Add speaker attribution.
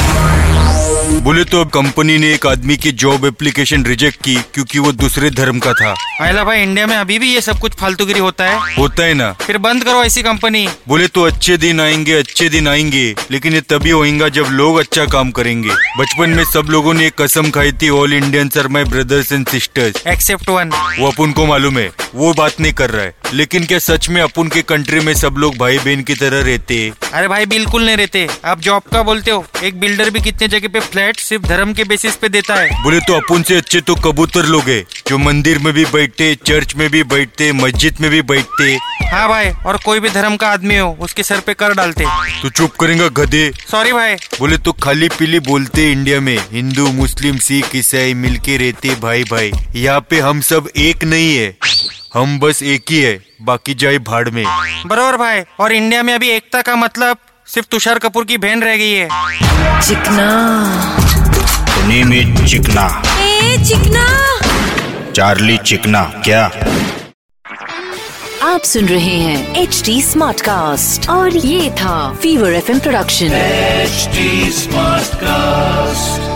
Speaker 1: बोले तो अब कंपनी ने एक आदमी की जॉब एप्लीकेशन रिजेक्ट की क्योंकि वो दूसरे धर्म का था
Speaker 2: महिला भाई इंडिया में अभी भी ये सब कुछ फालतूगिरी होता है
Speaker 1: होता है ना
Speaker 2: फिर बंद करो ऐसी कंपनी
Speaker 1: बोले तो अच्छे दिन आएंगे अच्छे दिन आएंगे लेकिन ये तभी होएगा जब लोग अच्छा काम करेंगे बचपन में सब लोगों ने एक कसम खाई थी all Indian are my brothers and sisters
Speaker 2: except one
Speaker 1: वो अपन को मालूम है वो बात नहीं कर रहा है लेकिन क्या सच में अपन के कंट्री में सब लोग भाई बहन की तरह रहते हैं?
Speaker 2: अरे भाई बिल्कुल नहीं रहते आप जॉब का बोलते हो एक बिल्डर भी कितने जगह पे फ्लैट सिर्फ धर्म के बेसिस पे देता है
Speaker 1: बोले तो अपन से अच्छे तो कबूतर लोग है जो मंदिर में भी बैठते चर्च में भी बैठते मस्जिद में भी बैठते
Speaker 2: हाँ भाई और कोई भी धर्म का आदमी हो उसके सर पे कर डालते
Speaker 1: तो चुप करेंगे गधे
Speaker 2: सॉरी भाई
Speaker 1: बोले तो खाली पीली बोलते इंडिया में हिंदू मुस्लिम सिख ईसाई मिलके रहते भाई भाई यहाँ पे हम सब एक नहीं है हम बस एक ही है बाकी जाए भाड़ में
Speaker 2: बरोबर भाई और इंडिया में अभी एकता का मतलब सिर्फ तुषार कपूर की बहन रह गई है
Speaker 3: चिकना
Speaker 4: The name is चिकना
Speaker 3: ए चिकना
Speaker 4: चार्ली चिकना क्या
Speaker 3: आप सुन रहे हैं एच डी स्मार्ट कास्ट और ये था fever F production
Speaker 5: HD Smartcast.